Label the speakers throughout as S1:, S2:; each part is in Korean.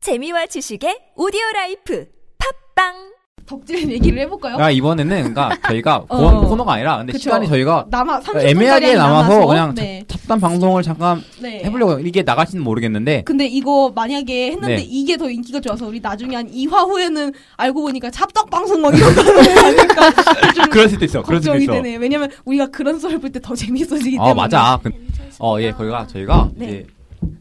S1: 재미와 지식의 오디오 라이프 팝빵
S2: 덕질 얘기를 해볼까요?
S3: 아 이번에는 그러니까 저희가
S2: 어.
S3: 본 코너가 아니라 근데
S2: 그쵸.
S3: 시간이 저희가
S2: 남아 30분
S3: 애매하게 남아서 그냥
S2: 네.
S3: 잡- 잡담 방송을 잠깐
S2: 네. 그
S3: 해보려고 이게 나갈지는 모르겠는데
S2: 근데 이거 만약에 했는데
S3: 네.
S2: 이게 더 인기가 좋아서 우리 나중에 한 2화 후에는 알고 보니까 찹떡 방송 막 이런 거 아닐까
S3: 그럴 수도 있어. 그럴 수도
S2: 걱정이
S3: 있어.
S2: 되네. 왜냐면 우리가 그런 썰 볼 때 더 재밌어지기 때문에.
S3: 그렇죠. 아 맞아. 어예 거기가 저희가
S2: 네.
S3: 이제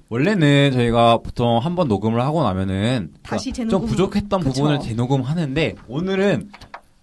S3: 원래는 저희가 보통 한 번 녹음을 하고 나면은
S2: 다시
S3: 그러니까
S2: 재녹음.
S3: 좀 부족했던
S2: 그쵸.
S3: 부분을 재녹음하는데 오늘은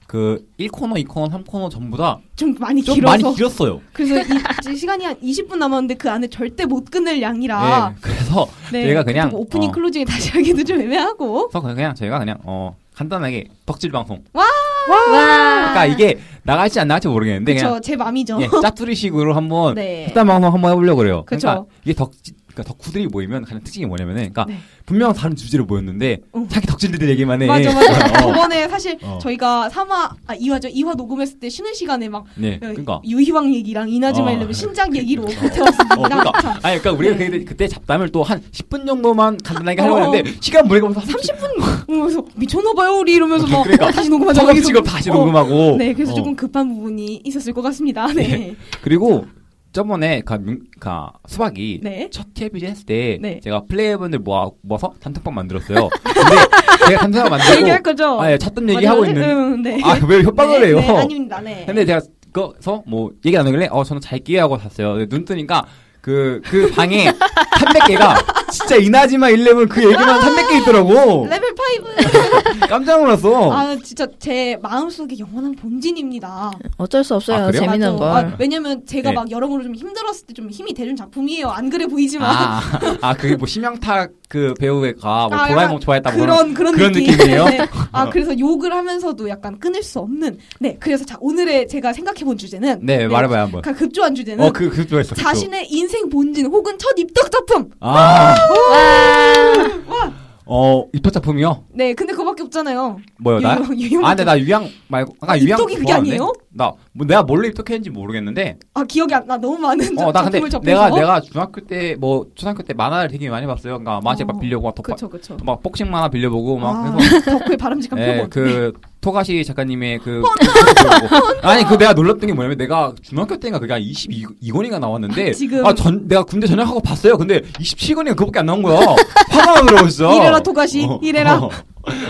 S3: 그 1코너, 2코너, 3코너 전부 다 좀
S2: 좀 많이 길어서.
S3: 많이 길었어요.
S2: 그래서 이, 이 시간이 한 20분 남았는데 그 안에 절대 못 끊을 양이라.
S3: 네. 그래서
S2: 네.
S3: 저희가 그냥
S2: 좀 오프닝
S3: 어.
S2: 클로징에 다시 하기도 좀 애매하고.
S3: 그래서 그냥 저희가 그냥 어 간단하게 덕질 방송.
S1: 와
S2: 아.
S3: 그러니까 이게 나갈지 안 나갈지 모르겠는데 그냥
S2: 저제 맘이죠.
S3: 예, 짭두리식으로 한번
S2: 네.
S3: 특단 방송 한번 해보려고 그래요.
S2: 그쵸.
S3: 그러니까 이게 덕 그러니까 덕후들이 모이면 가장 특징이 뭐냐면은 그러니까
S2: 네.
S3: 분명 다른 주제로 모였는데
S2: 응.
S3: 자기 덕질들 얘기만 해.
S2: 맞아 맞아. 저번에 사실
S3: 네. 어.
S2: 저희가 3화 아 2화죠. 2화 녹음했을 때 쉬는 시간에 막
S3: 네. 그러니까.
S2: 유희왕 얘기랑 이나즈마
S3: 어.
S2: 일레븐 신작 얘기로
S3: 어,
S2: 버텨왔습니다. 네.
S3: 그러니까. 아니, 그러니까 우리가 그때, 그때 잡담을 또 한 10분 정도만
S2: 어,
S3: 간단하게 하려고 했는데 시간 보내면서
S2: 30분 그러면서 미쳤나봐요 우리 이러면서 막
S3: 그러니까.
S2: 어, 다시 녹음하자.
S3: 서금
S2: 이러면서.
S3: 지금 다시
S2: 어.
S3: 녹음하고.
S2: 네, 그래서
S3: 어.
S2: 조금 급한 부분이 있었을 것 같습니다. 네,
S3: 그리고 저번에 가, 민- 가 수박이
S2: 네.
S3: 첫 TVG 했을 때
S2: 네.
S3: 제가 플레이어분들 모아, 모아서 단톡방 만들었어요. 근데 제가 단톡방
S2: 그 얘기할
S3: 만들고
S2: 거죠.
S3: 아, 예, 찾던 얘기 하고
S2: 맞아요.
S3: 있는.
S2: 음, 네.
S3: 아, 왜 협박을
S2: 네,
S3: 해요?
S2: 네, 아닙니다. 네.
S3: 근데 제가 거서 뭐 얘기 나누길래 어 저는 잘게 하고 잤어요. 근데 눈 뜨니까 그 그 방에 300개가 진짜 이나지마 일레븐 그 얘기만 300개 있더라고.
S2: 레벨 5.
S3: 깜짝 뭐. 놀랐어.
S2: 아, 진짜 제 마음속의 영원한 본진입니다.
S4: 어쩔 수 없어요.
S3: 아, 그래요?
S4: 재밌는
S2: 맞아.
S4: 걸.
S2: 아, 왜냐면 제가
S3: 네.
S2: 막 여러모로 좀 힘들었을 때 좀 힘이 되는 작품이에요. 안 그래 보이지만.
S3: 아, 아, 그게 뭐 심영탁 그 배우가 뭐
S2: 아,
S3: 도라에몽 좋아했다고
S2: 그런 그런,
S3: 그런
S2: 느낌.
S3: 느낌이에요? 어.
S2: 네. 아 그래서 욕을 하면서도 약간 끊을 수 없는. 네. 그래서 자 오늘의 제가 생각해본 주제는
S3: 네, 말해봐요 한번.
S2: 가- 급조한 주제는
S3: 어, 그, 그, 좋아했어. 그거.
S2: 자신의 인생 본진 혹은 첫 입덕 작품.
S3: 아,
S2: 와.
S3: 어, 입학 작품이요?
S2: 네. 근데 그거밖에 없잖아요.
S3: 뭐요, 나?
S2: 유형, 유형.
S3: 아, 근데 나 유양 말고, 아까
S2: 아,
S3: 유양.
S2: 입덕이 그게
S3: 좋아하는데?
S2: 아니에요?
S3: 나, 뭐 내가 뭘로 입덕했는지 모르겠는데,
S2: 아 기억이 안 나. 너무 많은
S3: 어, 나 근데
S2: 작품을 접해서.
S3: 내가, 내가 중학교 때, 뭐, 초등학교 때 만화를 되게 많이 봤어요. 그러니까, 만화책
S2: 어.
S3: 막 빌려고, 막, 덕,
S2: 그쵸 그쵸.
S3: 막, 복싱 만화 빌려보고, 막,
S2: 아,
S3: 해서.
S2: 덕후의 바람직한
S3: 예,
S2: 표본.
S3: 그, 토가시 작가님의 그. 그거. 아니, 그 내가 놀랐던 게 뭐냐면, 내가 중학교 때인가 그게 한 22권인가 나왔는데,
S2: 지금-
S3: 아, 전, 내가 군대 전역하고 봤어요. 근데 27권인가 그거밖에 안 나온 거야. 화가 나더라고, 진짜.
S2: 이래라, 토가시. 이래라.
S3: 어.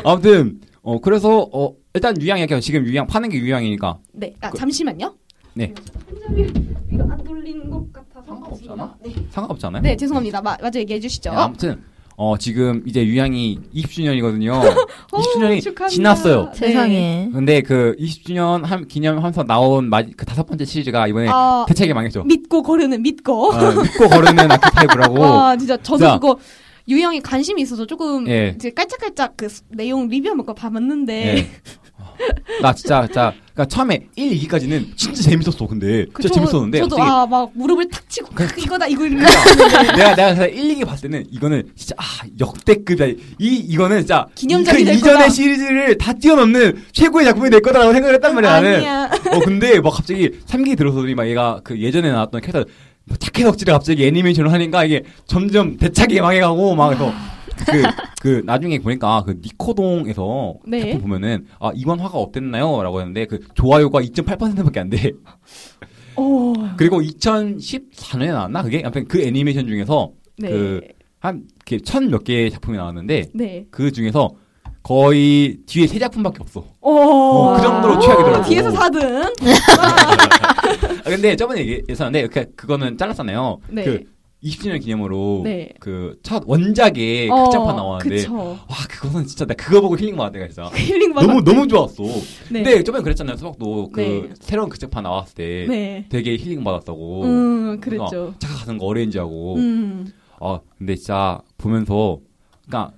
S3: 아무튼, 어, 그래서, 어, 일단 유양 얘기하면 지금 유양, 파는 게 유양이니까.
S2: 네.
S3: 그.
S2: 아, 잠시만요.
S3: 네.
S2: 손잡이 위로 안 돌리는 것 같아서
S3: 상관없잖아.
S2: 네.
S3: 상관없지 않아요?
S2: 네, 죄송합니다. 마, 맞아 얘기해 주시죠.
S3: 네, 아무튼, 어, 지금 이제 유양이 20주년이거든요.
S2: 오,
S3: 20주년이
S2: 축하합니다. 네.
S3: 지났어요.
S4: 세상에.
S3: 근데 그 20주년 함- 기념하면서 나온 마, 그 다섯 번째 시리즈가 이번에
S2: 아,
S3: 대책이 망했죠.
S2: 믿고 거르는 믿고.
S3: 어, 믿고 거르는 아키타입이라고.
S2: 와, 진짜 저도
S3: 자.
S2: 그거 유형이 관심이 있어서 조금
S3: 예.
S2: 이제 깔짝깔짝 그 수- 내용 리뷰 한번 그거 봐봤는데
S3: 예. 나 진짜, 진짜, 그니까 처음에 1, 2기까지는 진짜 재밌었어, 근데.
S2: 그 저-
S3: 진짜 재밌었는데.
S2: 저도
S3: 갑자기 그러니까
S2: 아 막 무릎을 탁 치고 크, 이거다 이거 이거
S3: 내가, 내가 그래서 1, 2기 봤을 때는 이거는 진짜, 아, 역대급이다. 이, 이거는 진짜.
S2: 기념작이
S3: 그
S2: 될
S3: 이전의
S2: 거다.
S3: 시리즈를 다 뛰어넘는 최고의 작품이 될 거다라고 생각을 했단 말이야, 나는.
S2: 아니야
S3: 어 근데 막 갑자기 3기 들어서더니 막 얘가 그 예전에 나왔던 캐릭터 뭐 착해 덕질에 갑자기 애니메이션을 하니까 이게 점점 대차게 망해가고 막 그래서 그, 그 나중에 보니까 그 니코동에서
S2: 네.
S3: 작품 보면은 아 이번 화가 어땠나요? 라고 했는데 그 좋아요가 2.8%밖에 안 돼.
S2: 아. 오,
S3: 그리고 2014년에 나왔나 그게 아무튼 그 애니메이션 중에서
S2: 네.
S3: 그- 한 천몇 개의 작품이 나왔는데
S2: 네.
S3: 그 중에서 거의 뒤에 세 작품밖에 없어.
S2: 오,
S3: 어, 그 정도로
S2: 아.
S3: 최악이더라고.
S2: 뒤에서 4등.
S3: 아, 근데 저번에 얘기했었는데 그 그거는 잘랐잖아요.
S2: 네.
S3: 그 20주년 기념으로
S2: 네.
S3: 그 첫 원작의
S2: 어,
S3: 극장판 네, 나왔는데
S2: 그쵸.
S3: 와 그거는 진짜 나 그거 보고 힐링 받았 내가 진짜
S2: 힐링 받아.
S3: 너무 너무 좋았어.
S2: 네.
S3: 근데 저번에 그랬잖아요. 수박도 그
S2: 네.
S3: 새로운 극장판 나왔을 때
S2: 네.
S3: 되게 힐링 받았다고.
S2: 음, 그랬죠.
S3: 그러니까 착각하는 거 어레인지 하고.
S2: 음.
S3: 아 근데 진짜 보면서 그러니까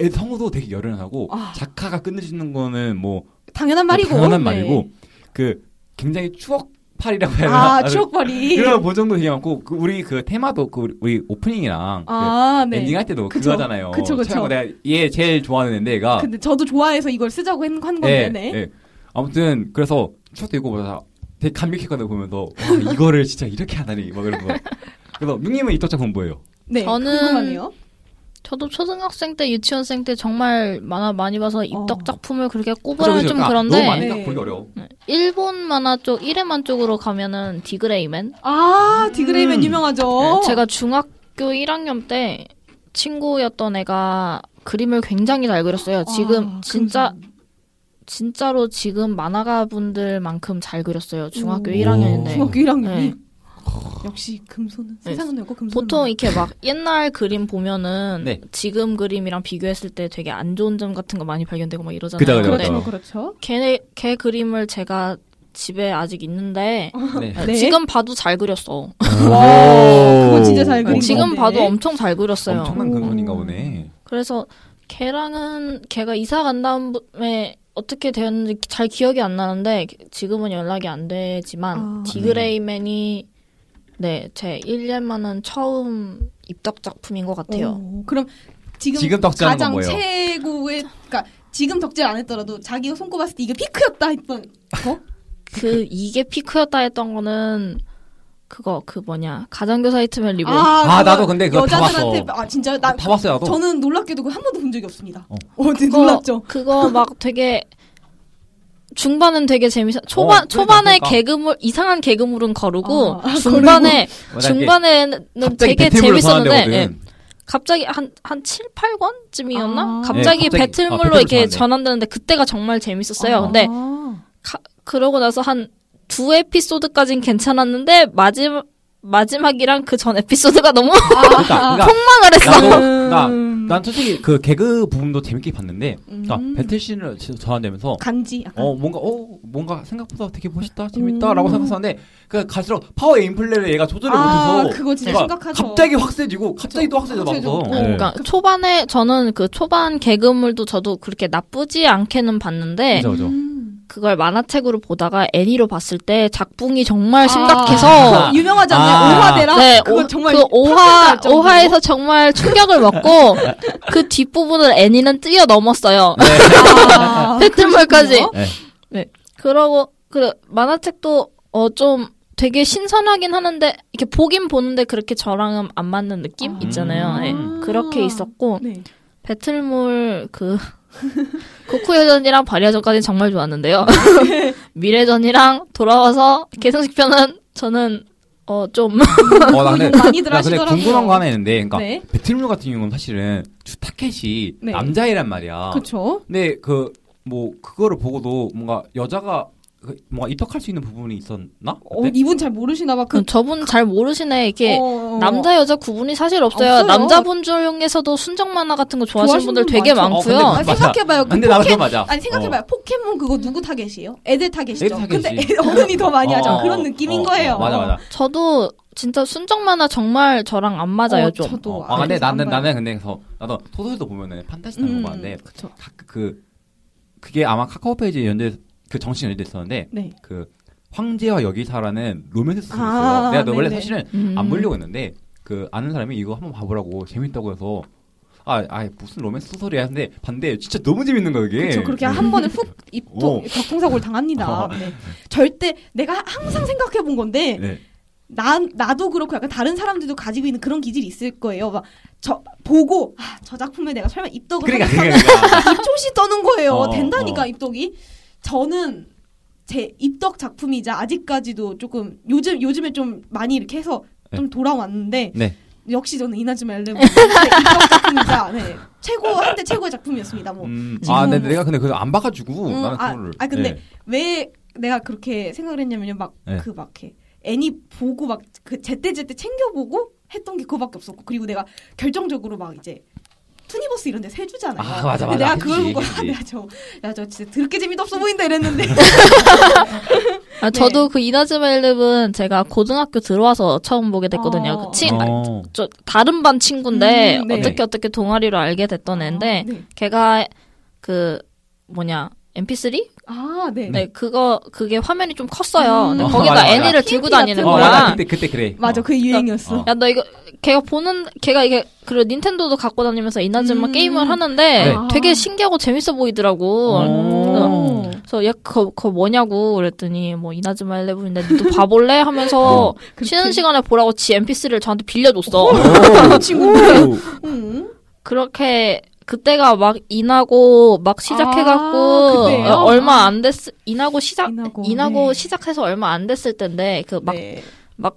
S3: 애 성우도 되게 열연하고
S2: 아.
S3: 작화가 끝내주는 거는 뭐
S2: 당연한 말이고.
S3: 당연한
S2: 네.
S3: 말이고 그 굉장히 추억팔이라고 해야 되나?
S2: 아, 추억거리.
S3: 그런 보정도 되게 많고 그 우리 그 테마도 그 우리- 우리 오프닝이랑
S2: 아,
S3: 그
S2: 네.
S3: 엔딩 할 때도 그
S2: 그쵸.
S3: 거잖아요
S2: 그쵸, 그쵸.
S3: 내가 얘 제일 좋아하는 애인데 얘가
S2: 근데 저도 좋아해서 이걸 쓰자고 한, 한 건데. 그 네.
S3: 예. 아무튼 그래서 추억도 있고 보다 되게 감격했거든요 보면서 와 이거를 진짜 이렇게 하다니 막 이러면서 그래서 묵님은 이토 작품 뭐예요?
S2: 네,
S4: 저는-
S2: 궁금하네요.
S4: 저도 초등학생 때, 유치원생 때 정말 만화 많이 봐서 입덕
S2: 어.
S4: 작품을 그렇게 꼽으라면 좀 그런데
S3: 아, 너무 많이 딱
S2: 네.
S3: 보기 어려워.
S4: 일본 만화 쪽 1회만 쪽으로 가면은 디그레이맨.
S2: 아, 디그레이맨
S3: 음.
S2: 유명하죠.
S4: 네, 제가 중학교 1학년 때 친구였던 애가 그림을 굉장히 잘 그렸어요. 지금
S2: 아,
S4: 진짜
S2: 감사합니다.
S4: 진짜로 지금 만화가 분들만큼 잘 그렸어요. 중학교
S2: 오.
S4: 1학년인데.
S2: 중학교 1학년.
S4: 네.
S2: 역시 금손은
S4: 네.
S2: 세상은 넓고 금손은
S4: 보통 이렇게 막 옛날 그림 보면은
S3: 네.
S4: 지금 그림이랑 비교했을 때 되게 안 좋은 점 같은 거 많이 발견되고 막 이러잖아요. 네.
S3: 그죠, 그죠,
S4: 근데
S3: 그죠.
S2: 그렇죠, 그렇죠.
S4: 걔, 걔 그림을 제가 집에 아직 있는데
S3: 네.
S2: 네.
S4: 지금 봐도 잘 그렸어.
S2: 와, 그건 진짜 잘 그린 음.
S3: 어,
S4: 지금
S2: 건데.
S4: 봐도 엄청 잘 그렸어요.
S3: 엄청난
S2: 오.
S3: 근손인가 보네.
S4: 그래서 걔랑은 걔가 이사 간 다음에 어떻게 되었는지 잘 기억이 안 나는데 지금은 연락이 안 되지만
S2: 아.
S4: 디그레이맨이 네 제 1년만은 처음 입덕 작품인 것 같아요.
S2: 오, 그럼 지금,
S3: 지금 덕질하는
S2: 가장
S3: 건 뭐예요?
S2: 최고의 그러니까 지금 덕질 안 했더라도 자기가 손꼽았을 때 이게 피크였다 했던 거?
S4: 그 이게 피크였다 했던 거는 그거 그 뭐냐 가정교사 히트맨 리본
S3: 아,
S2: 그거
S3: 나도 근데 그거 다
S2: 여자들한테
S3: 봤어.
S2: 아 진짜 나
S3: 다 봤어요, 나도.
S2: 저는 놀랍게도 그한 번도 본 적이 없습니다.
S3: 어.
S2: 어, 되게
S4: 그거,
S2: 놀랐죠.
S4: 그거 막 되게 중반은 되게 재밌어. 초반
S3: 그러니까,
S4: 초반에
S3: 그러니까.
S4: 개그물 이상한 개그물은 거르고
S2: 아,
S4: 중반에
S3: 맞아, 뭐, 이게
S4: 중반에는
S3: 갑자기
S4: 되게
S3: 배틀물로
S4: 재밌었는데
S3: 전환되거든.
S4: 예. 갑자기 한 한 7, 8권쯤이었나?
S2: 아.
S4: 갑자기,
S3: 예, 갑자기. 아,
S4: 배틀물로
S3: 배틀물로
S4: 이렇게
S3: 전환돼.
S4: 전환되는데 그때가 정말 재밌었어요.
S2: 아.
S4: 근데 그러고 나서 한 두 에피소드까진 괜찮았는데 마지막 마지막이랑 그 전 에피소드가 너무
S2: 아,
S3: 그러니까, 그러니까
S4: 황망을 했어.
S3: 나도 나,
S2: 음.
S3: 난 솔직히 그 개그 부분도 재밌게 봤는데, 그러니까
S2: 음.
S3: 배틀씬을 전환되면서
S2: 간지 약간
S3: 어 뭔가 어 뭔가 생각보다 되게 멋있다
S2: 음.
S3: 재밌다라고 생각했었는데 그 갈수록 파워 임플레이를 얘가 조절을
S2: 아,
S3: 못해서
S2: 그거 진짜
S3: 그러니까
S2: 심각하죠.
S3: 갑자기 확 세지고 갑자기 또 확 세져
S2: 확 세지고. 어,
S3: 막서
S4: 그러니까
S3: 네.
S4: 초반에 저는 그 초반 개그물도 저도 그렇게 나쁘지 않게는
S3: 예.
S4: 봤는데
S3: 그죠 그죠.
S2: 음.
S4: 그걸 만화책으로 보다가 애니로 봤을 때 작붕이 정말
S2: 아,
S4: 심각해서
S2: 그거 유명하지 않나요?
S3: 아.
S2: 오화대라
S4: 네,
S2: 어, 그거
S4: 오,
S2: 정말
S4: 그 오화
S2: 할 정도로.
S4: 오화에서 정말 충격을 먹고 그 뒷부분을 애니는 뛰어 넘었어요.
S2: 아,
S4: 배틀물까지.
S2: 그렇군요.
S3: 네.
S4: 그러고 그 만화책도 어 좀 되게 신선하긴 하는데 이렇게 보긴 보는데 그렇게 저랑은 안 맞는 느낌
S2: 아.
S4: 있잖아요. 네,
S2: 음.
S4: 그렇게 있었고
S2: 네.
S4: 배틀몰 그 코쿠여전이랑 발야전까지 정말 좋았는데요. 미래전이랑 돌아와서 개성식편은 저는 어좀
S3: 어, 나
S2: 많이들
S3: 근데, 나 근데
S2: 하시더라고요.
S3: 궁금한 거 하나 있는데, 그러니까
S2: 네.
S3: 배틀물 같은 경우는 사실은 주 타켓이
S2: 네.
S3: 남자애란 말이야.
S2: 그렇죠.
S3: 근데 그 뭐 그거를 보고도 뭔가 여자가 그 뭔가 입덕할 수 있는 부분이 있었나?
S2: 어, 이분 잘 모르시나 봐. 그
S4: 저분 잘 모르시네. 음, 이게
S2: 어,
S4: 남자 여자 구분이 사실 없어요.
S2: 없어요.
S4: 남자분 중에서도 순정 만화 같은 거 좋아하시는
S2: 좋아하시는
S4: 분들 되게
S2: 분 많죠.
S4: 많고요.
S3: 어,
S2: 아,
S3: 맞아.
S2: 생각해봐요. 그
S3: 근데 나도
S2: 포켓-
S3: 좀 맞아. 어.
S2: 아니 생각해봐요. 포켓몬 그거 누구 타겟이에요? 애들 타겟이죠.
S3: 애들 타겟이지.
S2: 근데 애- 어른이 더 많이 하죠.
S3: 어, 어,
S2: 그런 느낌인
S3: 어,
S2: 거예요.
S3: 어, 맞아 맞아.
S4: 저도 진짜 순정 만화 정말 저랑 안 맞아요.
S2: 어,
S4: 좀
S2: 저도
S3: 어, 아 근데
S2: 알아서 안
S3: 나는
S2: 봐요.
S3: 나는 근데 그래서 나도 소설도 보면은 판타지나 음.
S2: 음,
S3: 보는데
S2: 그쵸.
S3: 그 그게 아마 카카오 페이지 연재 그 정신 연재됐었는데
S2: 네.
S3: 그 황제와 여기사라는 로맨스 소설이 있어요.
S2: 아,
S3: 내가 너 원래
S2: 네네.
S3: 사실은
S4: 음.
S3: 안 보려고 했는데 그 아는 사람이 이거 한번 봐보라고 재밌다고 해서 아, 아 무슨 로맨스 소설이야 근데 반대 진짜 너무 재밌는 거야 이게. 음.
S2: 그렇죠. 그렇게 한 번에 훅 입통
S3: 예. 오.
S2: 격통사고를 당합니다.
S3: 어.
S2: 네. 절대 내가 항상 생각해 본 건데
S3: 네.
S2: 난 나도 그렇고 약간 다른 사람들도 가지고 있는 그런 기질이 있을 거예요. 막 저 보고 아, 저 작품에 내가 설마 입덕을
S3: 그러니까
S2: 하겠다.
S3: 그러니까. 그러니까.
S2: 입조시 떠는 거예요.
S3: 어,
S2: 된다니까
S3: 어.
S2: 입덕이. 저는 제 입덕 작품이자 아직까지도 조금 요즘 요즘에 좀 많이 이렇게 해서 좀 돌아왔는데
S3: 네.
S2: 역시 저는 이나즈마 엘레 입덕 작품이자 네, 최고 한때 최고의 작품이었습니다. 뭐
S3: 음,
S2: 지금은
S3: 아, 근데
S2: 뭐-
S3: 내가 근데 그거 안 봐가지고
S2: 음,
S3: 나는
S2: 아,
S3: 그거를.
S2: 아, 근데
S3: 예.
S2: 왜 내가 그렇게 생각을 했냐면요. 막
S3: 네.
S2: 그 막 이렇게 애니 보고 막 그 제때 제때 챙겨보고 했던 게 그거밖에 없었고 그리고 내가 결정적으로 막 이제 투니버스 이런 데 세주잖아요.
S3: 아, 맞아,
S2: 근데
S3: 맞아.
S2: 내가 그걸
S3: 그치,
S2: 보고
S3: 그치.
S2: 아, 내가 저, 야, 저 진짜 드럽게 재미도 없어 보인다 이랬는데
S4: 아, 저도 그 이나즈마 일렙은 제가 고등학교 들어와서 처음 보게 됐거든요.
S2: 어.
S4: 그 친, 아,
S3: 어.
S4: 저 다른 반 친구인데
S2: 음, 네.
S4: 어떻게 어떻게 동아리로 알게 됐던 애인데
S2: 네.
S4: 걔가 그 뭐냐 MP3?
S2: 아, 네.
S4: 네. 그거 그게 화면이 좀 컸어요. 근데
S2: 음.
S4: 거기다
S3: 맞아, 맞아.
S4: 애니를 들고
S2: TNT
S4: 다니는
S2: 같은
S3: 어,
S2: 거야.
S3: 맞아.
S4: 거야.
S3: 그때, 그때 그래.
S2: 맞아.
S3: 어.
S2: 그 유행이었어.
S3: 어.
S4: 야 너 이거 걔가 보는 걔가 이게 그리고 닌텐도도 갖고 다니면서 이나즈마
S2: 음.
S4: 게임을 하는데
S3: 네.
S4: 되게 신기하고 재밌어 보이더라고.
S3: 어.
S4: 그래서 야 그거, 그거 뭐냐고 그랬더니 뭐 이나즈마 11인데 너도 봐볼래 하면서
S2: 네. 그렇게.
S3: 어.
S4: 쉬는 시간에 보라고 지 MP3를 저한테 빌려줬어.
S2: 그 친구들.
S3: 오.
S2: 음.
S4: 그렇게 그때가 막 인하고 막 시작해갖고
S2: 아, 그때요?
S4: 어, 얼마 안 됐, 인하고 시작,
S2: 인하고,
S4: 인하고,
S2: 네.
S4: 시작해서 얼마 안 됐을 텐데 그 막 막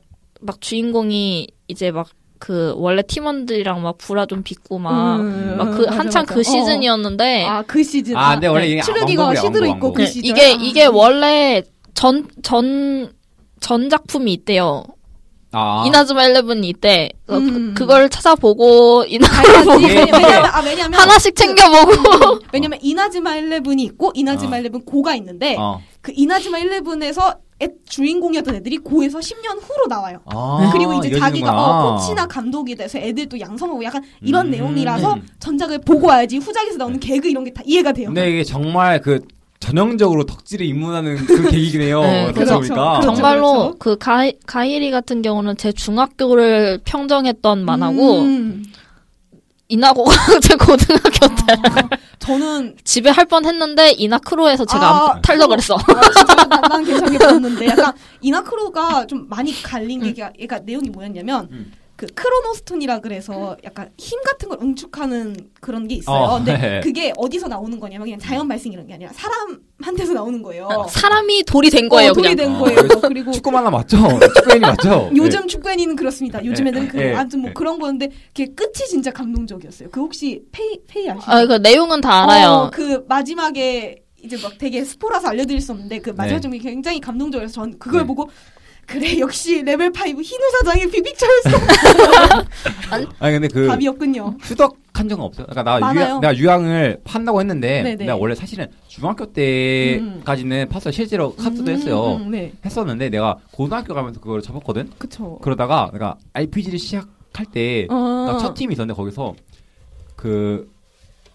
S2: 네.
S4: 주인공이 이제 막 그 원래 팀원들이랑 막 불화 좀 빚고 막
S2: 음,
S4: 막 그
S2: 맞아,
S4: 한창
S2: 맞아.
S4: 그
S2: 어.
S4: 시즌이었는데
S2: 아, 그 시즌.
S3: 아, 근데 원래 이게
S2: 출력이가
S3: 왕국이야,
S2: 시드로
S3: 왕국,
S2: 있고
S3: 왕국.
S2: 그
S4: 네,
S2: 시절.
S4: 이게 이게 원래 전 전 전작품이 있대요.
S2: 그
S3: 아.
S4: 이나즈마 11이 있대. 그래서
S2: 음.
S4: 그, 걸 찾아보고 이나
S2: 가야지.
S3: 이게-
S2: 왜냐면 아, 왜냐면
S4: 하나씩 챙겨보고
S2: 왜냐면 이나즈마 11이 있고 이나즈마
S3: 어.
S2: 11 고가 있는데
S3: 어.
S2: 그 이나즈마 11에서 주인공이었던 애들이 고에서 10년 후로 나와요.
S3: 아,
S2: 그리고 이제
S3: 이어지는구나.
S2: 자기가 어, 코치나 감독이 돼서 애들 또 양성하고 약간 이런
S3: 음. 네.
S2: 내용이라서 전작을 보고 와야지 후작에서 나오는 개그 이런 게 다 이해가 돼요.
S3: 근데 이게 정말 그 전형적으로 덕질에 입문하는 그 계기긴 해요.
S4: 네,
S3: 그렇
S4: 그렇죠.
S3: 보니까
S2: 그렇죠.
S4: 정말로 그 가이, 가이리 같은 경우는 제 중학교를 평정했던 만화고
S2: 음.
S4: 이나고가 제 고등학교 때
S2: 아, 저는
S4: 집에 할 뻔했는데 이나크로에서 제가
S2: 아,
S4: 안- 탈덕을 했어.
S2: 아, 진짜 난난 괜찮게 봤는데 약간 이나크로가 좀 많이 갈린 게 그러니까 내용이 뭐였냐면
S3: 음.
S2: 그 크로노스톤이라 그래서 약간 힘 같은 걸 응축하는 그런 게 있어요.
S3: 어,
S2: 근데
S3: 네.
S2: 그게 어디서 나오는 거냐면 그냥 자연 발생 이런 게 아니라 사람한테서 나오는 거예요.
S3: 아,
S4: 사람이 돌이 된 거예요,
S2: 어, 돌이
S4: 그냥.
S2: 된
S3: 어.
S2: 거예요. 뭐 그리고
S3: 축구 만화 맞죠? 축구인이 맞죠?
S2: 요즘 축구 애니는 그렇습니다. 요즘
S3: 예,
S2: 애들은 그
S3: 예,
S2: 아무튼 뭐
S3: 예.
S2: 그런 거는데 그게 끝이 진짜 감동적이었어요. 그 혹시 페이 페이 아시죠?
S4: 아, 그 내용은 다 알아요.
S2: 어, 그 마지막에 이제 막 되게 스포라서 알려드릴 수 없는데 그 마지막
S3: 네.
S2: 장면이 굉장히 감동적이어서 전 그걸
S3: 네.
S2: 보고 그래 역시 레벨 5 흰우 사장의 비빅처였어
S3: 네. 아니 근데 그
S2: 답이었군요.
S3: 휴덕한 적은 없어요. 그러니까 나
S2: 많아요.
S3: 유양, 내가 유양을 판다고 했는데
S2: 네네.
S3: 내가 원래 사실은 중학교 때까지는 팠어요. 실제로 카트도 했어요.
S2: 음, 음, 네,
S3: 했었는데 내가 고등학교 가면서 그걸 접었거든.
S2: 그쵸.
S3: 그러다가 내가 RPG를 시작할 때
S2: 어,
S3: 딱 첫 팀이 있었는데 거기서 그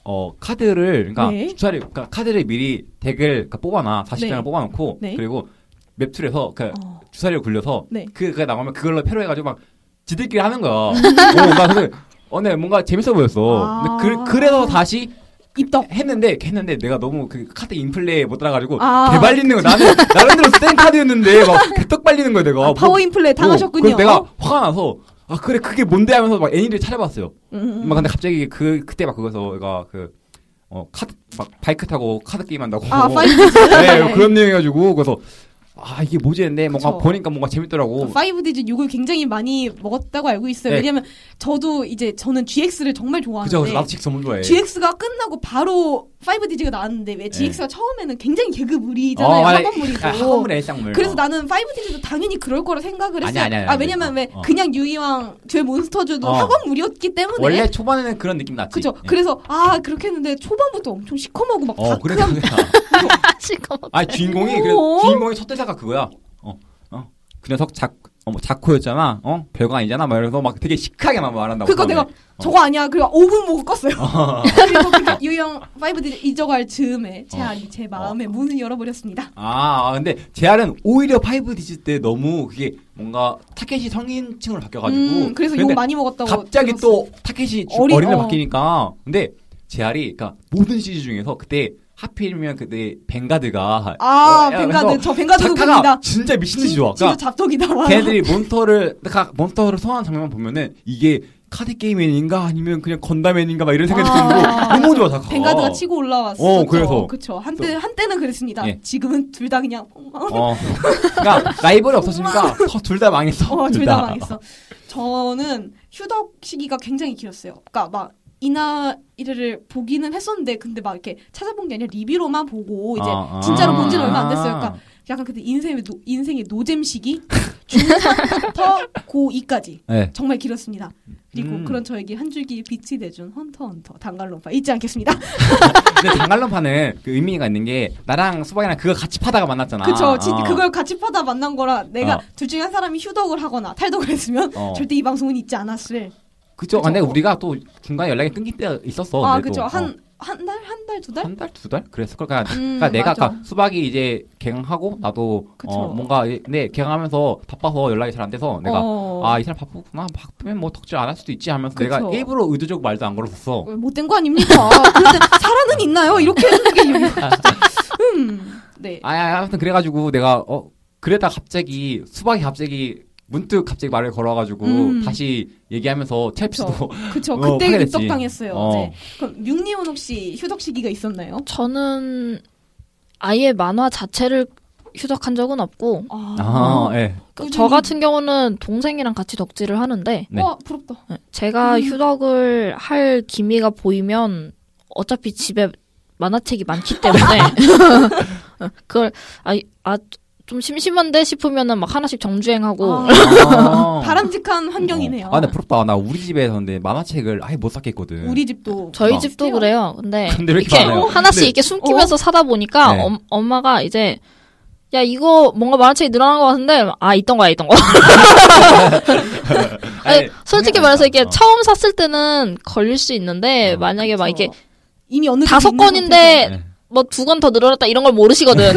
S3: 어, 카드를 그러니까
S2: 네.
S3: 주차를 그러니까 카드를 미리 덱을 그러니까 뽑아놔 40장을
S2: 네.
S3: 뽑아놓고
S2: 네.
S3: 그리고 맵툴에서 그
S2: 어.
S3: 주사위를 굴려서
S2: 네.
S3: 그, 그 나오면 그걸로 패러해가지고 막 지들끼리 하는 거야. 어, 나 근데 어, 네, 뭔가 재밌어 보였어.
S2: 아.
S3: 근데 그, 그래서 다시
S2: 입덕.
S3: 했는데 했는데 내가 너무 그 카드 인플레이 못 따라가지고
S2: 아.
S3: 개발리는 거 나는 나름대로 센 카드였는데 막 개떡 발리는 거야 내가.
S2: 아,
S3: 뭐,
S2: 파워 인플레 당하셨군요. 어?
S3: 그래서 내가 화가 나서 아 그래 그게 뭔데 하면서 막 애니를 찾아봤어요.
S2: 음,
S3: 막 근데 갑자기 그 그때 막 그거서 내가 그 어, 카드 막 바이크 타고 카드 게임 한다고.
S2: 아 파이브 디즈.
S3: 어, 네, 그런 내용 해가지고 그래서 아 이게 뭐지 했는데 뭔가
S2: 그쵸. 보니까
S3: 보니까 뭔가 재밌더라고.
S2: 그러니까 파이브 디즈 욕을 굉장히 많이 먹었다고 알고 있어요.
S3: 어. 네.
S2: 왜냐면 저도 이제 저는 GX를 정말 좋아하는데
S3: 그죠, 네. 그죠. 나도 직 전문 좋아해.
S2: GX가 끝나고 바로 5D가 나왔는데 왜 GX가 처음에는 굉장히
S3: 네. 어,
S2: 계급물이잖아요.
S3: 맞아.
S2: 학원물이고.
S3: 아, 학원물에 일상물.
S2: 그래서
S3: 어.
S2: 나는 5D도 당연히 그럴 거라 생각을
S3: 아니,
S2: 했어요.
S3: 아니, 아니,
S2: 아,
S3: 아니.
S2: 왜냐면 왜
S3: 어.
S2: 그냥 유이왕 죄 몬스터즈도
S3: 어.
S2: 학원물이었기 때문에
S3: 원래 초반에는 그런 느낌 났지.
S2: 그죠.
S3: 예.
S2: 그래서 아 그렇게 했는데 초반부터 엄청 시커멓고 막
S3: 어, 그래,
S2: 다크한
S3: 그래.
S4: 시커멓-
S3: 아, 주인공이, 그래,
S2: 어?
S3: 주인공이 첫 대사가 그거야. 어, 어. 그 녀석 작, 어, 뭐, 자코였잖아. 어? 별거 아니잖아. 막 이러면서 막 되게 시크하게 막 말한다고. 어.
S2: 그거
S3: 처음에.
S2: 내가 저거 아니야. 그리고 5분 보고 껐어요. 그리고 그게 유이왕 5D 잊어갈 즈음에 제,
S3: 어.
S2: 아- 제 마음의 문을 열어버렸습니다.
S3: 아, 아, 근데 제알은 오히려 5 디지 때 너무 그게 뭔가 타켓이 성인층으로 바뀌어가지고.
S2: 음, 그래서 욕
S3: 근데
S2: 많이 먹었다고.
S3: 갑자기
S2: 들었어요.
S3: 또 타켓이 주-
S2: 어린-
S3: 어린애
S2: 어.
S3: 바뀌니까 근데 제알이 그러니까 모든 시리즈 중에서 그때 하필이면 그때 벵가드가
S2: 아
S3: 어, 야,
S2: 뱅가드
S3: 그래서
S2: 저 뱅가드도 봅니다.
S3: 작가가 진짜 미친 듯이 좋아.
S2: 진짜
S3: 그러니까
S2: 잡독이다. 와.
S3: 걔네들이 몬스터를 각 몬스터를 소환한 장면만 보면은 이게 카드 게임 애니인가 아니면 그냥 건담 애니인가 막 이런 생각이
S2: 아.
S3: 들 정도로 너무 좋아 작가가.
S2: 뱅가드가 치고 올라왔어.
S3: 어, 그래서.
S2: 그쵸. 한때 한때는 그랬습니다.
S3: 예.
S2: 지금은 둘 다 그냥 어,
S3: 어. 그러니까 라이벌이 없어지니까 둘 다 망했어.
S2: 둘 다 망했어. 저는 휴덕 시기가 굉장히 길었어요. 그러니까 막 이나 이래를 보기는 했었는데 근데 막 이렇게 찾아본 게 아니라 리뷰로만 보고 이제
S3: 아, 아.
S2: 진짜로 본 지는 얼마 안 됐어요. 그러니까 약간 그때 인생의 노, 인생의 노잼 시기 중3부터 고2까지
S3: 네.
S2: 정말 길었습니다. 그리고
S3: 음.
S2: 그런 저에게 한 줄기 빛이 돼준 헌터 헌터 단갈론파 잊지 않겠습니다.
S3: 근데 장갈론판은 그 의미가 있는 게 나랑 수박이랑 그거 같이 파다가 만났잖아.
S2: 그쵸. 진-
S3: 어.
S2: 그걸 같이 파다 만난 거라 내가
S3: 어.
S2: 둘 중에 한 사람이 휴덕을 하거나 탈덕을 했으면
S3: 어.
S2: 절대 이 방송은 잊지 않았을.
S3: 그쵸.
S2: 그쵸.
S3: 근데 우리가 또 중간에 연락이 끊길 때가 있었어.
S2: 아,
S3: 근데
S2: 그쵸.
S3: 또. 어.
S2: 한, 한 달, 한 달, 두 달?
S3: 한 달, 두 달? 그랬을 걸. 그러니까,
S2: 음,
S3: 그러니까 내가
S2: 맞아.
S3: 아까 수박이 이제 개강하고 나도
S2: 그쵸.
S3: 어, 뭔가 이- 네 개강하면서 바빠서 연락이 잘 안 돼서 내가
S2: 어.
S3: 아 이 사람 바쁘구나 바쁘면 뭐 덕질 안 할 수도 있지 하면서
S2: 그쵸.
S3: 내가 일부러 의도적으로 말도 안 걸었었어.
S2: 왜 못된 거 아닙니까? 그런데 사랑은 있나요? 이렇게 해주는 게 이유가 진짜. 음. 네.
S3: 아, 아 아무튼 그래가지고 내가 어 그러다 갑자기 수박이 갑자기 문득 갑자기 말을 걸어가지고
S2: 음. 다시
S3: 다시 얘기하면서 첼피도
S2: 그쵸.
S3: 어,
S2: 그때
S3: 화가 났지.
S2: 입덕당했어요.
S3: 어.
S2: 네. 그럼 육님은 혹시 휴덕 시기가 있었나요?
S4: 저는 아예 만화 자체를 휴덕한 적은 없고
S3: 아,
S2: 어.
S3: 예.
S4: 그
S2: 꾸준히.
S4: 저 같은 경우는 동생이랑 같이 덕질을 하는데
S3: 네.
S2: 와 어, 부럽다.
S4: 제가
S2: 음.
S4: 휴덕을 할 기미가 보이면 어차피 집에 만화책이 많기 때문에 그걸 아, 아좀 심심한데 싶으면은 막 하나씩 정주행하고
S2: 아, 바람직한 환경이네요.
S3: 어. 아, 근데 부럽다. 나 우리 집에 사는데 만화책을 아예 못 샀겠거든.
S2: 우리 집도
S4: 저희
S3: 어.
S4: 집도 그래요. 근데,
S3: 근데 왜 이렇게 많아요?
S4: 하나씩
S3: 근데-
S4: 이렇게 숨기면서 사다 보니까
S3: 네.
S4: 엄, 엄마가 이제 야 이거 뭔가 만화책이 늘어난 것 같은데 아 있던 거야 있던 거. 아니, 솔직히 말해서 이게 처음 샀을 때는 걸릴 수 있는데
S3: 어, 네.
S4: 만약에 막 이게
S2: 그쵸. 이미 어느
S4: 다섯
S2: 정도 있는 상태에서.
S4: 건인데 뭐 두 건 더 늘어났다 이런 걸 모르시거든.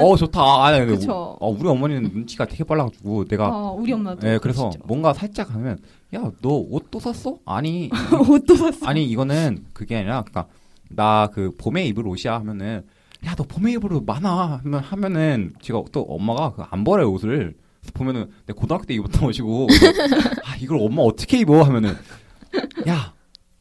S3: 어, 어, 좋다. 아, 아니, 근데
S2: 그쵸.
S3: 우- 어, 우리 어머니는 눈치가 되게 빨라가지고 내가
S2: 아, 우리 엄마도
S3: 예, 그래서
S2: 진짜.
S3: 뭔가 살짝 하면 야, 너 옷 또 샀어? 아니,
S2: 옷도 샀어.
S3: 아니 이거는 그게 아니라 그니까 나 그 봄에 입을 옷이야 하면은 야 너 봄에 입을 옷 많아 하면 하면은 제가 또 엄마가 그 안 버려요 옷을 그래서 보면은 내 고등학교 때 입었던 옷이고 아 이걸 엄마 어떻게 입어 하면은 야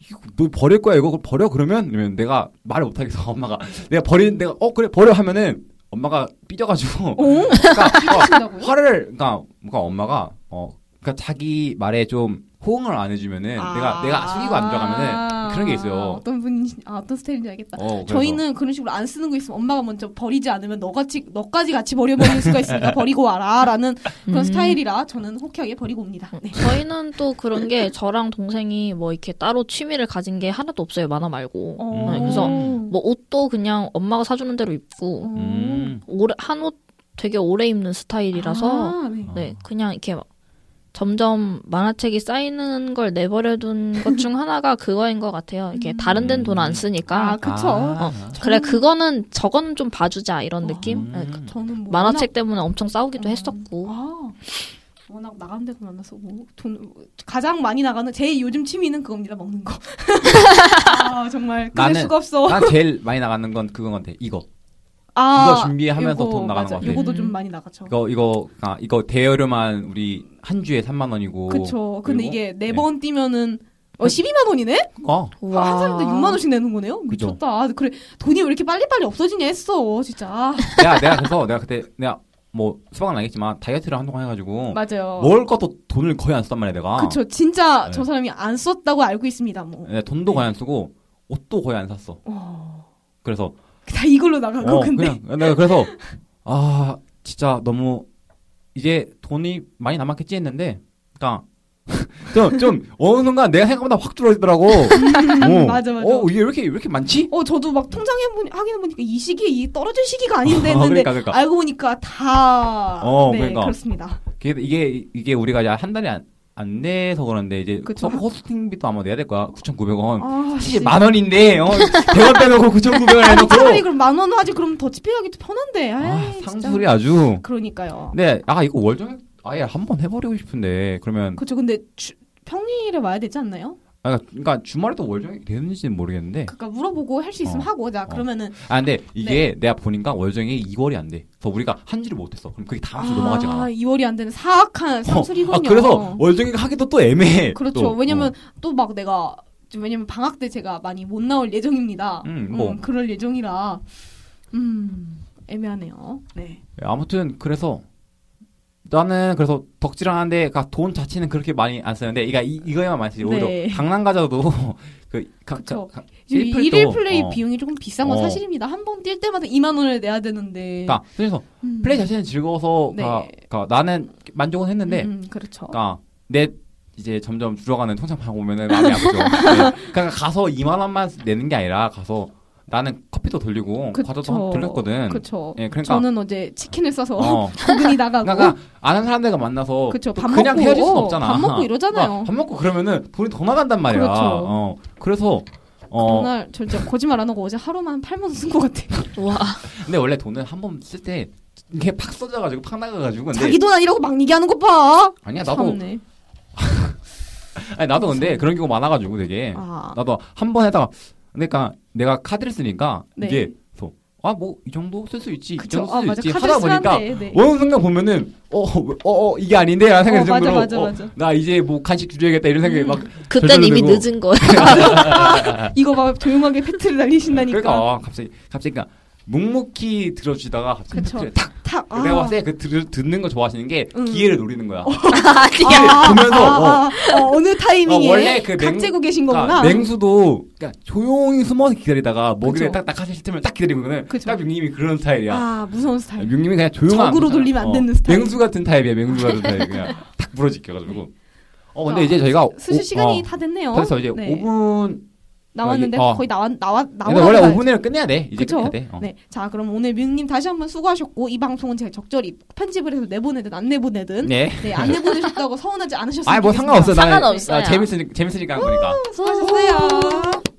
S3: 이거 너 버릴 거야 이거 버려 그러면 이러면 내가 말을 못 하겠어 엄마가 내가 버린 내가 어 그래 버려 하면은 엄마가 삐져가지고
S2: 오?
S3: 그러니까 어,
S2: 하신다고요?
S3: 화를 그러니까, 그러니까 엄마가 어 그러니까 자기 말에 좀 호응을 안 해주면은 네, 내가 내가 숙이고 안 들어가면은 그런 게 있어요.
S2: 아. 어떤 분이 아, 어떤 스타일인지 알겠다.
S3: 어, 그래서-
S2: 저희는 그런 식으로 안 쓰는 거 있으면 엄마가 먼저 버리지 않으면 너같이 너까지 같이 버려버릴 수가 있으니까 버리고 와라라는 그런
S4: 음.
S2: 스타일이라 저는 호쾌하게 버리고 옵니다. 네.
S4: 저희는 또 그런 게 저랑 동생이 뭐 이렇게 따로 취미를 가진 게 하나도 없어요 만화 말고.
S2: 어.
S4: 네, 그래서 뭐 옷도 그냥 엄마가 사주는 대로 입고
S3: 음.
S4: 오래 한 옷 되게 오래 입는 스타일이라서
S2: 아, 네.
S4: 네, 그냥 이렇게 막 점점 만화책이 쌓이는 걸 내버려둔 것 중 하나가 그거인 것 같아요. 이게
S2: 음.
S4: 다른 데는 돈 안
S2: 아
S4: 쓰니까.
S2: 그쵸.
S3: 아.
S4: 어, 그래, 그거는, 저거는 좀 봐주자, 이런
S2: 아.
S4: 느낌? 네, 그-
S3: 음.
S2: 저는 뭐
S4: 만화책 때문에 엄청 싸우기도
S2: 음.
S4: 했었고.
S2: 아, 워낙 나간 데도 많아서 뭐, 돈 가장 많이 나가는 제 요즘 취미는 그겁니다 먹는 거. 아 정말 끊을
S3: 나는-
S2: 수가 없어.
S3: 난 제일 많이 나가는 건 그건 건데 이거
S2: 아
S3: 이거 준비하면서 돈 나가는 것 같아.
S2: 이거도 좀
S4: 음.
S2: 많이 나가죠.
S3: 이거 이거 아, 이거 대여료만 우리 한 주에 3만 원이고
S2: 그쵸. 근데
S3: 그리고-
S2: 이게 네
S3: 네.
S2: 번 뛰면은 어 12만 원이네?
S3: 어
S4: 우와.
S2: 한 사람당 6만 원씩 내는 거네요?
S3: 그죠.
S2: 미쳤다. 아, 그래 돈이 왜 이렇게 빨리빨리 없어지냐 했어 진짜. 아,
S3: 내가 내가 그래서 내가 그때 내가 뭐 수박은 아니겠지만 다이어트를 한동안 해가지고
S2: 맞아요.
S3: 먹을 것도 돈을 거의 안 썼단 말이야 내가
S2: 그쵸. 진짜
S3: 네.
S2: 저 사람이 안 썼다고 알고 있습니다. 뭐.
S3: 내가 네, 돈도 거의 안 쓰고 옷도 거의 안 샀어
S2: 어,
S3: 그래서
S2: 다 이걸로 나가고
S3: 어,
S2: 근데
S3: 그냥 내가 그래서 아 진짜 너무 이제 돈이 많이 남았겠지 했는데 그러니까 좀, 좀 어느 순간 내가 생각보다 확 줄어들더라고 어,
S2: 맞아, 맞아.
S3: 어 이게 왜 이렇게 왜 이렇게 많지?
S2: 어, 저도 막 통장 해보니, 확인해보니까 이 시기에 이 떨어질 시기가 아닌데
S3: 어,
S2: 했는데,
S3: 그러니까, 그러니까.
S2: 알고 보니까 다,
S3: 어,
S2: 네,
S3: 그러니까.
S2: 그렇습니다
S3: 그게- 이게 이게 우리가 이제 한 달에 안, 안 내서 그런데 이제
S2: 그쵸.
S3: 호- 호스팅비도 아마 내야 될 거야 9,900원
S2: 아,
S3: 사실 만 원인데 어, 100원 빼놓고 9,900원
S2: 아니, 차라리
S3: 해놓고
S2: 그럼 만 원 하지, 그럼 더 집행하기 편한데,
S3: 아,
S2: 아이, 진짜.
S3: 상술이 아주
S2: 그러니까요.
S3: 근데 아 이거 월정액 아예 한번 해버리고 싶은데 그러면
S2: 그쵸, 근데, 주, 평일에 와야 되지 않나요?
S3: 아, 그러니까 주말에도 월정액 되는지는 모르겠는데
S2: 그니까, 그러니까 물어보고 할 수 있으면
S3: 어.
S2: 하고, 자, 그러면은,
S3: 아 근데 이게
S2: 네.
S3: 내가 보니까 월정액이 2월이 안 돼. 그래서 우리가 한 주를 못했어. 그럼 그게 다음 주 넘어가지 않아.
S2: 2월이 안 되는 사악한 상술이군요.
S3: 아, 그래서 월정액 하기도 또 애매해.
S2: 그렇죠.
S3: 또.
S2: 왜냐면,
S3: 어.
S2: 또 막 내가, 좀 왜냐면 방학 때 제가 많이 못 나올 예정입니다.
S3: 음, 뭐.
S2: 그럴 예정이라, 음, 애매하네요. 네.
S3: 예, 아무튼 그래서 나는 그래서 덕질하는데 그러니까 돈 자체는 그렇게 많이 안 쓰는데 그러니까 이, 이거에만 많이 쓰지.
S2: 네.
S3: 오히려 강남 가자도 그 가,
S2: 그쵸.
S3: 가, 가,
S2: 일
S3: 일플도,
S2: 1일 플레이
S3: 어.
S2: 비용이 조금 비싼 건
S3: 어.
S2: 사실입니다. 한 번 뛸 때마다 2만 원을 내야 되는데.
S3: 그러니까 그래서
S2: 음.
S3: 플레이 자체는 즐거워서
S2: 네.
S3: 가, 가, 나는 만족은 했는데
S2: 음, 그렇죠.
S3: 그러니까 내 이제 점점 줄어가는 통장판 보면은 마음이 아프죠. 네. 그러니까 가서 2만 원만 내는 게 아니라 가서 나는 커피도 돌리고
S2: 그쵸.
S3: 그러니까 과자도 한- 돌렸거든.
S2: 그렇죠.
S3: 예, 그러니까
S2: 저는 어제 치킨을 싸서
S3: 어,
S2: 고근이 나가고.
S3: 그러니까 아는 사람들과 만나서
S2: 그쵸.
S3: 또
S2: 밥
S3: 그냥
S2: 먹고,
S3: 헤어질 순
S2: 어,
S3: 없잖아.
S2: 밥 먹고 이러잖아요.
S3: 그러니까 밥 먹고 그러면은 돈이 더 나간단 말이야.
S2: 그렇죠.
S3: 어, 그래서 어,
S2: 그날 저 진짜 거짓말 안 하고 어제 하루만 8만 원 쓴 것 같아.
S4: 우와.
S3: 근데 원래 돈을 한 번 쓸 때 이게 팍 써져가지고 팍 나가가지고 근데
S2: 자기 돈 아니라고 막 얘기하는 것 봐.
S3: 아니야 나도
S2: 참네.
S3: 아니 나도 근데 그런 경우 많아가지고 되게
S2: 아.
S3: 나도 한 번 에다가 그러니까 내가 카드를 쓰니까
S2: 네.
S3: 이게 그래서 아 뭐 이 정도 쓸 수 있지 이
S2: 그쵸.
S3: 정도 쓸 수
S2: 아, 맞아.
S3: 있지
S2: 카드
S3: 하다 보니까
S2: 쓰는데, 네.
S3: 어느 순간 보면은 어어어 이게 아닌데 라는 생각이
S2: 어, 맞아,
S3: 들 정도로
S2: 맞아, 음,
S3: 어,
S2: 맞아.
S3: 나 이제 뭐 간식 줄여야겠다 이런 생각이 막
S4: 그땐
S3: 절절로
S4: 이미
S3: 되고.
S4: 늦은 거예요.
S2: 이거 막 조용하게 팩트를 날리신다니까.
S3: 어. 그러니까 아, 갑자기 갑자기 그러니까 묵묵히 들어주시다가 갑자기
S2: 그쵸.
S3: 탁 탁.
S2: 탁. 아.
S3: 내가 봤을 때그 듣는 거 좋아하시는 게
S2: 음.
S3: 기회를 노리는 거야.
S4: 아니야.
S2: 아,
S3: 보면서,
S2: 아, 아, 어, 어느 타이밍에
S3: 어, 원래 그 맹-
S2: 각재고 계신
S3: 그러니까
S2: 거구나.
S3: 냉수도 그러니까 조용히 숨어서 기다리다가 먹이를
S2: 그쵸.
S3: 딱딱 하실 때면 딱 기다리고 그는
S2: 그쵸.
S3: 딱 육님이 그런 스타일이야.
S2: 아 무서운 스타일.
S3: 육님이 그냥 조용한
S2: 적으로
S3: 사람.
S2: 돌리면 안
S3: 어,
S2: 되는 스타일.
S3: 맹수 같은 타입이야. 맹수 같은 타입 그냥 탁 부러지켜가지고. 어 근데
S2: 자,
S3: 이제 저희가
S2: 아, 수시
S3: 오-
S2: 시간이
S3: 어,
S2: 다 됐네요.
S3: 그래서 이제
S2: 네.
S3: 5분.
S2: 나왔는데
S3: 어.
S2: 거의 나와 나와
S3: 근데
S2: 나오라고
S3: 원래
S2: 봐야지.
S3: 5분을 끝내야 돼. 이제
S2: 그쵸?
S3: 끝내야 돼. 어.
S2: 네, 자 그럼 오늘 뮤님 다시 한번 수고하셨고 이 방송은 제가 적절히 편집을 해서 내보내든 안 내보내든
S3: 네.
S2: 네, 안 내보내셨다고 서운하지 않으셨으면
S3: 아뭐 상관없어. 나는-
S4: 상관없어요.
S3: 아, 재밌으니 재밌으니까 한 거니까.
S2: 좋겠습니다. 수고하셨어요.